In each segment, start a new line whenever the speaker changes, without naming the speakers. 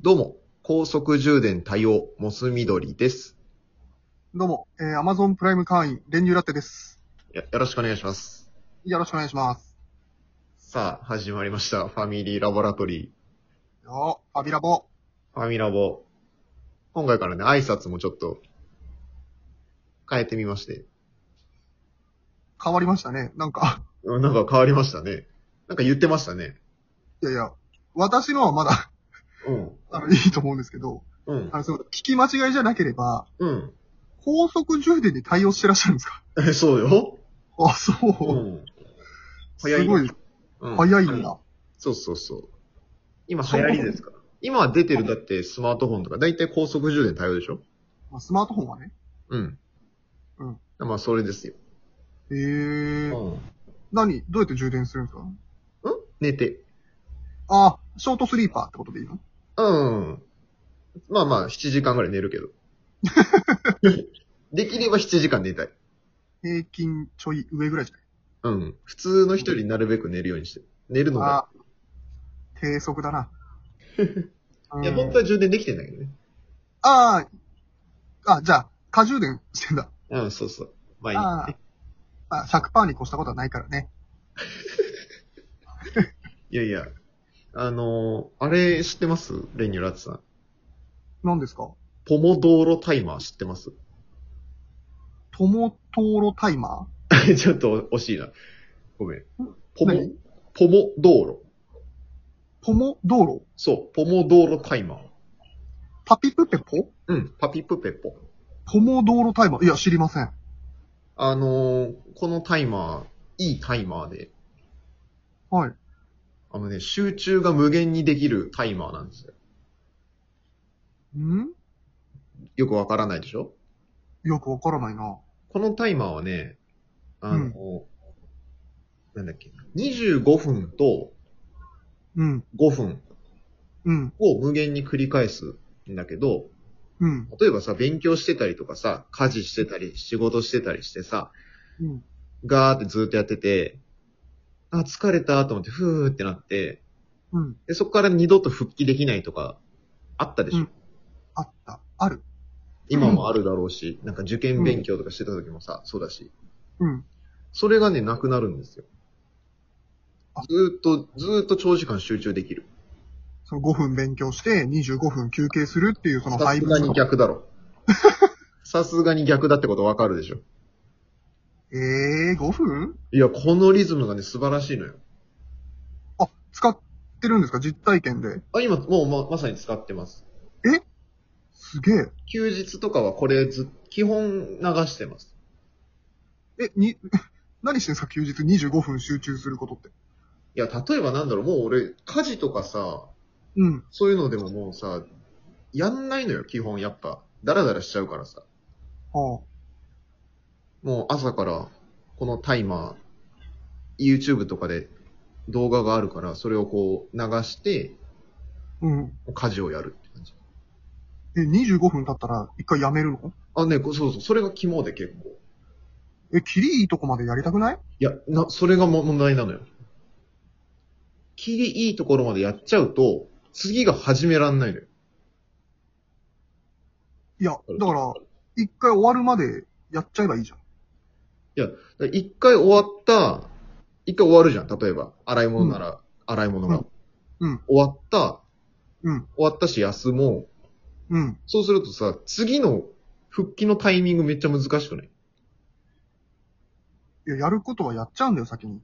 どうも、高速充電対応、モス緑です。
どうも、えー、Amazon プライム会員、練乳ラテです。
よよろしくお願いします。
よろしくお願いします。
さあ、始まりました。ファミリーラボラトリ
よー、ファビラボ。
ー、ファミラボ。今回からね、挨拶もちょっと、変えてみまして。
変わりましたね。なんか、
うんなんか変わりましたね。なんか言ってましたね。
いやいや、私のはまだ、
うん。
あの、いいと思うんですけど、
うん
あ。の、その、聞き間違いじゃなければ、
うん。
高速充電で対応してらっしゃるんですか
え、 そうよ。
あ、そう
う。ん。
すごい、
うん
早いんだ。
そうそうそう。今流行りですから。今出てる、だってスマートフォンとか、だいたい高速充電対応でしょ
まあ、スマートフォンはね。
うん。
うん。
まあ、それですよ。
えー、
うん。
何どうやって充電するんですか
寝て。
あ、ショートスリーパーってことでいいの
うん。まあまあ、7時間ぐらい寝 るけど。できれば7時間寝たい。
平均ちょい上ぐらいじゃない
うん。普通の人よりなるべく寝るようにしてる。寝るのが。
あ、低速 だな。
いや、
うん
本当は充電できてんだけどね。
ああ、あ、じゃあ、過充電してんだ。
うん、そうそう。まあいい。
ああ、あ100%に越したことはないからね。
いやいや。あのーあれ知ってますレニューラッツさん。
何ですか
ポモドーロタイマー知ってます
トモトーロタイマー
ちょっと惜しいな。ごめん。ポモ
何、
ポモドーロ。
ポモ道路
そう、ポモドーロタイマー。
パピプペポ
うん、パピプペポ。
ポモ道路タイマーいや、知りません。
あのーこのタイマー、いいタイマーで、
はい。
あのね、集中が無限にできるタイマーなんですよ。
ん
よくわからないでしょ
よくわからないな。
このタイマーはね、あのーなんだっけ、25分と
うん、
5分
うん、
を無限に繰り返すんだけど、
うん、
例えばさ、勉強してたりとかさ、家事してたり、仕事してたりしてさ、
うん。
ガーってずーっとやってて、あ、疲れたと思って、ふーってなって、
うん。
でそこから二度と復帰できないとか、あったでしょ、
うんあった。ある。
今もあるだろうし、なんか受験勉強とかしてた時もさ、そうだし。
うん。
それがね、なくなるんですよ
あ。
ずーっと、ずーっと長時間集中できる。
その5分勉強して25分休憩するっていうその
さ
配
す
分
がに逆だ ろ。さすがに逆だってことわかるでしょ。
えー、5分
いや、このリズムがね、素晴らしいのよ。
使ってるんですか実体験で。
あ、今、もうま、まさに使ってます。
すげえ。
休日とかはこれず、基本流してます。
え、に、 何してんすか休日25分集中することって。
いや、例えばなんだろう、もう俺、家事とかさ、
うん。
そういうのでももうさ、やんないのよ、基本、やっぱ。ダラダラしちゃうからさ。
は
もう朝から、このタイマー、YouTube とかで動画があるから、それをこう流して、
あ。うん。
家事をやるって感じ。
え、25分経ったら一回やめるの
あ、ね、こそうそう、それが肝で結構。
え、キリいいとこまでやりたくない
いや、な、それがも問題なのよ。切りいいところまでやっちゃうと、次が始めらんないのよ。
いや、だから、一回終わるまでやっちゃえばいいじゃん。
だから一回終わった、一回終わるじゃん、例えば。洗い物なら、洗い物が、
うんうん
終わった、
うん
終わったし休もう。
うん。
そうするとさ、次の復帰のタイミングめっちゃ難しくない
いや、やることはやっちゃうんだよ、先に。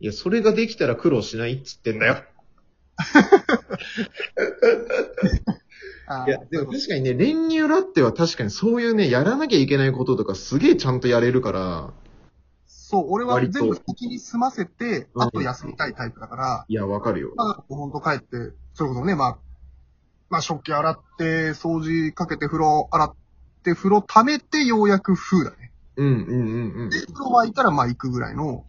いや、それができたら苦労しないっつってんだよ。
ああ
いや、でも確かにね、練乳ラッテは確かにそういうね、やらなきゃいけないこととかすげえちゃんとやれるから、
そう、俺は
割と
全部先に済ませて、
うん
あと休みたいタイプだから、
いや、わかるよ。
まあ、ほんと帰って、それこそね、まあ、まあ、食器洗って、掃除かけて風呂洗って、風呂溜めてようやく風だね。
うんうんうんうん。
で、風呂沸いたらまあ行くぐらいの、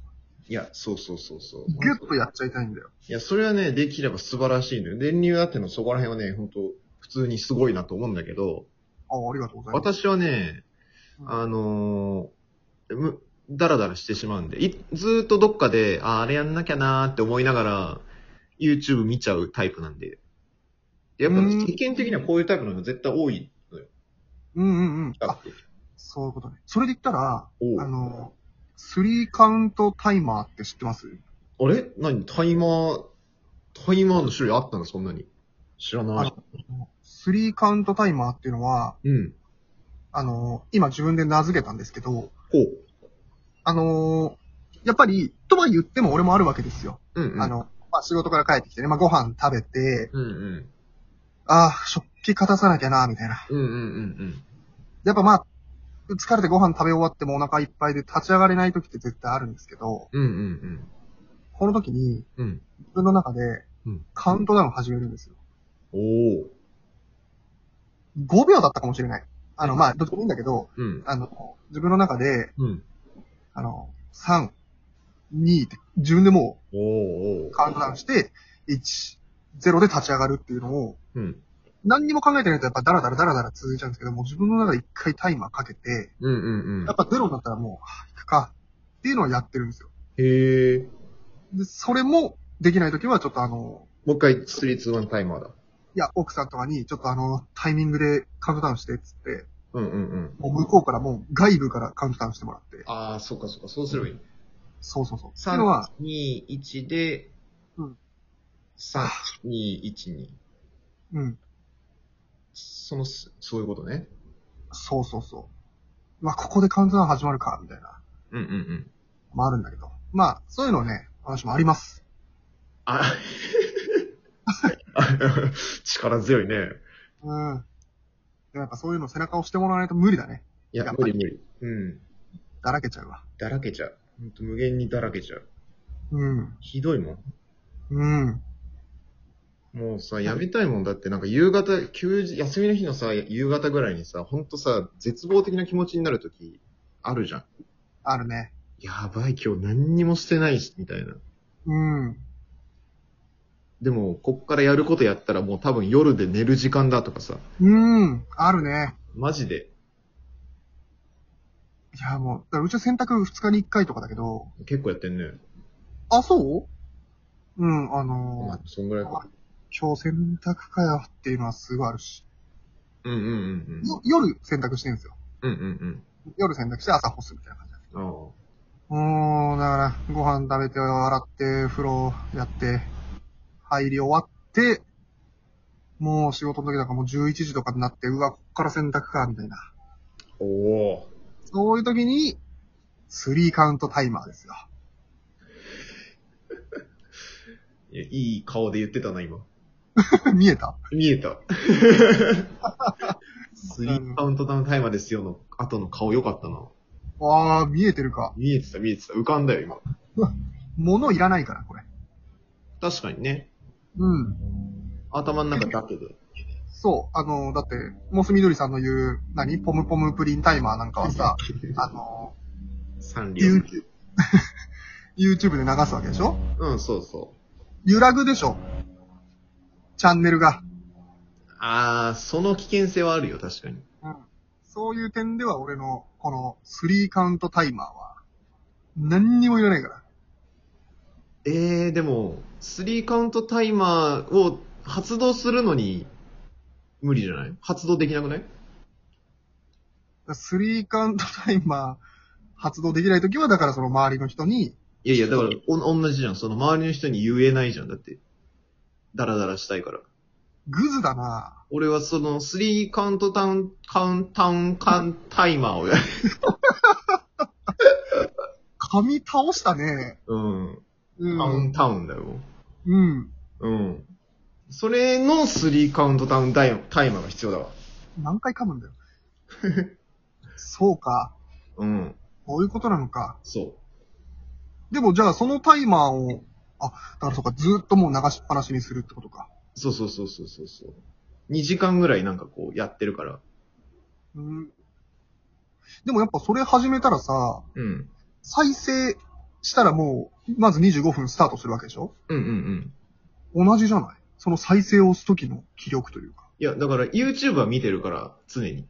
いや、そうそうそうそう。
ギュッとやっちゃいたいんだよ。
いや、それはね、できれば素晴らしいのよ。練乳だってのそこら辺はね、本当普通にすごいなと思うんだけど、
ああ、ありがとうございます。
私はね、
うん
あのーむ、だらだらしてしまうんで、いずーっとどっかで、あー、あれやんなきゃなーって思いながら、YouTube 見ちゃうタイプなんで。やっぱ
うん
世間的にはこういうタイプの人絶対多いのよ。
うんうんうん。
だ
あ
っ、て。
そういうことね。それで言ったら、
おう
あの、スリーカウントタイマーって知ってます
あれ何タイマー、タイマーの種類あったのそんなに。知らない。
スリーカウントタイマーっていうのは、
うん。
あの、今自分で名付けたんですけど、
こう。
あの、やっぱり、とは言っても俺もあるわけですよ。
うん、うん。
あ、の、まあ、仕事から帰ってきてね、まあ、ご飯食べて、
うんうん。
ああ、食器片さなきゃな、みたいな。
うんうんうん
やっぱまあ、疲れてご飯食べ終わってもお腹いっぱいで立ち上がれない時って絶対あるんですけど、
うん。うんうん
この時に、
うん。うん。
自分の中で
うん、
カウントダウン始めるんですよ。
おお。
5秒だったかもしれない。あの、まあ、どっちもいいんだけど、
うん。
あの、自分の中で、
うん。
あの、3、2って、自分でも
おお
うカウントダウンして、1、0で立ち上がるっていうのを、
うん。
何にも考えてないとやっぱダラダラダラダラ続いちゃうんですけども、自分の中で一回タイマーかけて、
うんうんうん
やっ。ぱゼロになったらもう、はぁ行くか、っていうのをやってるんですよ。
へえ。
で、それもできないときはちょっとあの、
もう一回、3-2-1タイマーだ。
いや、奥さんとかに、ちょっとあの、タイミングでカウントダウンして、つって、
うんうんうん。
もう向こうからもう外部からカウントダウンしてもらって、
ああ、そっかそっか、そうすればいい。
そうそうそう。っていうの
3
は、、
2、1で、
うん。
3、2、1、2。
うん、
その、すそういうことね。
そうそうそう。まあ、ここでカウントダウン始まるか、みたいな、
うんうんうん。
まああるんだけど。まあ、そういうのね、私もあります。
あ、 力強いね。
うん。でもやっぱそういうの背中を押してもらわないと無理だね。
いや
や、っぱ
無
り
理無理。うん。
だらけちゃうわ。
だらけちゃう。ほんと無限にだらけちゃう。
うん。
ひどいも
うん。
ん。もうさ、やめたいもんだって、なんか夕方、休日、休みの日のさ、夕方ぐらいにさ、ほんとさ、絶望的な気持ちになるとき、あるじゃん。
あるね。
やばい、今日何にもしてないし、みたいな。
うん。
でも、こっからやることやったらもう多分夜で寝る時間だとかさ、
うん。あるね。
マジで、
いや、もう、だからうちは洗濯2日に1回とかだけど、
結構やってんね。
あ、そううん、
ま
あの
あ、そんぐらいか。
ー、今日洗濯かよっていうのはすごいあるし、
うんうんうん
よ夜洗濯してるんですよ。
うん。うんうん
夜洗濯して朝干すみたいな感じなんですけど。
うん。ああ。
うーん、だから、ご飯食べて、洗って、風呂やって、入り終わって、もう仕事の時だからもう11時とかになって、うわ、こっから洗濯か、みたいな。
おお
そういう時に、スリーカウントタイマーですよ。
ー。いやいい顔で言ってたな、今。
見えた
見え た。スリーカウントダウンタイマーですよの後の顔良かったな。
わー、見えてるか。
見えてた、見えてた。浮かんだよ、今。
物いらないから、これ。
確かにね。
うん。
頭の中だけで。
そう、あの、だって、モスみどりさんの言う、何ポムポムプリンタイマーなんかは さ、あの、
サンリオ。
YouTube で流すわけでしょ
うん、そうそ
揺らぐでしょチャンネルが。
う。あー、その危険性はあるよ、確かに。
そういう点では俺の、この、スリーカウントタイマーは、何にもいらないから。
えー、でも、スリーカウントタイマーを発動するのに、無理じゃない発動できなくない
スリーカウントタイマー発動できないときは、だからその周りの人に、
いやいや、だから、お、同じじゃん。その周りの人に言えないじゃん。だって、ダラダラしたいから。
グズだな
俺はその、スリーカウントダウン、カウンタウン、カウンタイマーをやる。
髪倒したね。
うん。
う
カウン
ん。
タウンだよ。
うん。
うん。それのスリーカウントダウンタイタイマーが必要だわ。
何回噛むんだよ。そうか。
うん。
こういうことなのか。
そ
でもじゃあそのタイマーを、あ、だからそうか、ずーっともう流しっぱなしにするってことか。
う。そうそうそうそうそうそう。2時間ぐらいなんかこうやってるから。
うん。でもやっぱそれ始めたらさ、
うん。
再生したらもう、まず25分スタートするわけでしょ
うんうんうん。
同じじゃないその再生を押す時の気力というか。
いや、だから YouTube は見てるから、常に。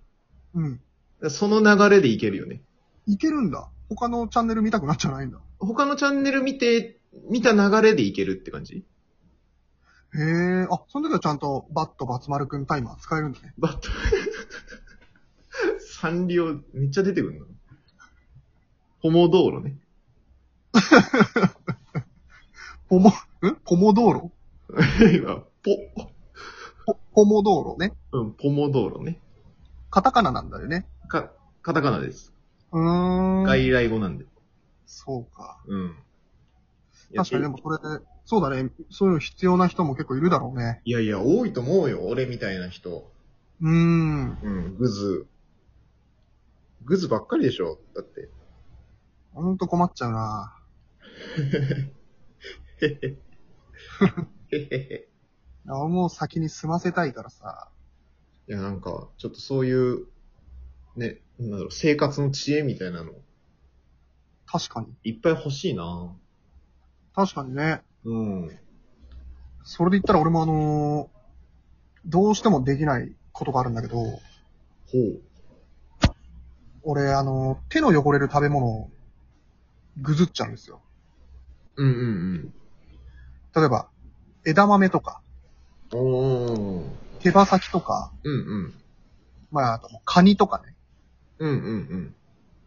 うん。
その流れでいけるよね。
いけるんだ。他のチャンネル見たくなっちゃないんだ。
他のチャンネル見て、見た流れでいけるって感じ
へえ、あ、その時はちゃんとバット、バツ丸くんタイマー使えるんだね。
バ ット、サンリオめっちゃ出てくるの。ポモ道路ね。
ポモ、んポモ道路
今、ポ、
ポ、ポモ道路ね。
うん、ポモ道路ね。
カタカナなんだよね。
か、カタカナです。
うーん。
外来語なんで。
そうか。
うん。
確かにで
も。
もそれで、そうだね。そういうの必要な人も結構いるだろうね。
いやいや、多いと思うよ。俺みたいな人。
うーん。
うん、グズ。グズばっかりでしょ。だって。
ほんと困っちゃうな。
へ へへ。へへへ。
いや俺もう先に済ませたいからさ。
いや、なんか、ちょっとそういう、ね、なんだろう、生活の知恵みたいなの、
確かに。
いっぱい欲しいな
確かにね。
うん。
それで言ったら俺もあのーどうしてもできないことがあるんだけど、
ほう。
俺あのー手の汚れる食べ物をぐずっちゃうんですよ。
うんうん
例えば、枝豆とか、
うん。おー。
手羽先とか、
うんうん。
まあ、あとカニとかね。
うんうん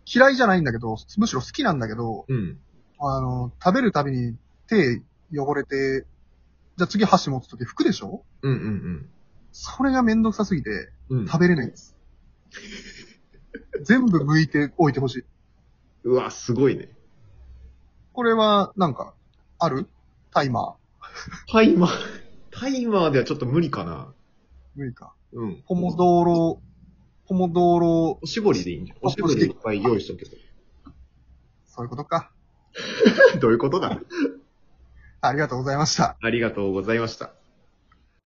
嫌いじゃないんだけど、むしろ好きなんだけど、
うん。うん。
あのー食べるたびに手汚れて、じゃあ次箸持つとき拭くでしょ
うんうん
それがめんどくさすぎて、
うん。うん、
食べれないです。全部剥いておいてほしい。
うわ、すごいね。
これは、なんか、あるタイマー。
タイマー、 タイマーではちょっと無理かな。
無理か。
うん。
ポモ道路、ポモ道路、
おしぼりでいいんじゃん。おしぼりでいっぱい用意しとけ
そういうことか。
ば。どういうことだ
ありがとうございました。
ありがとうございました。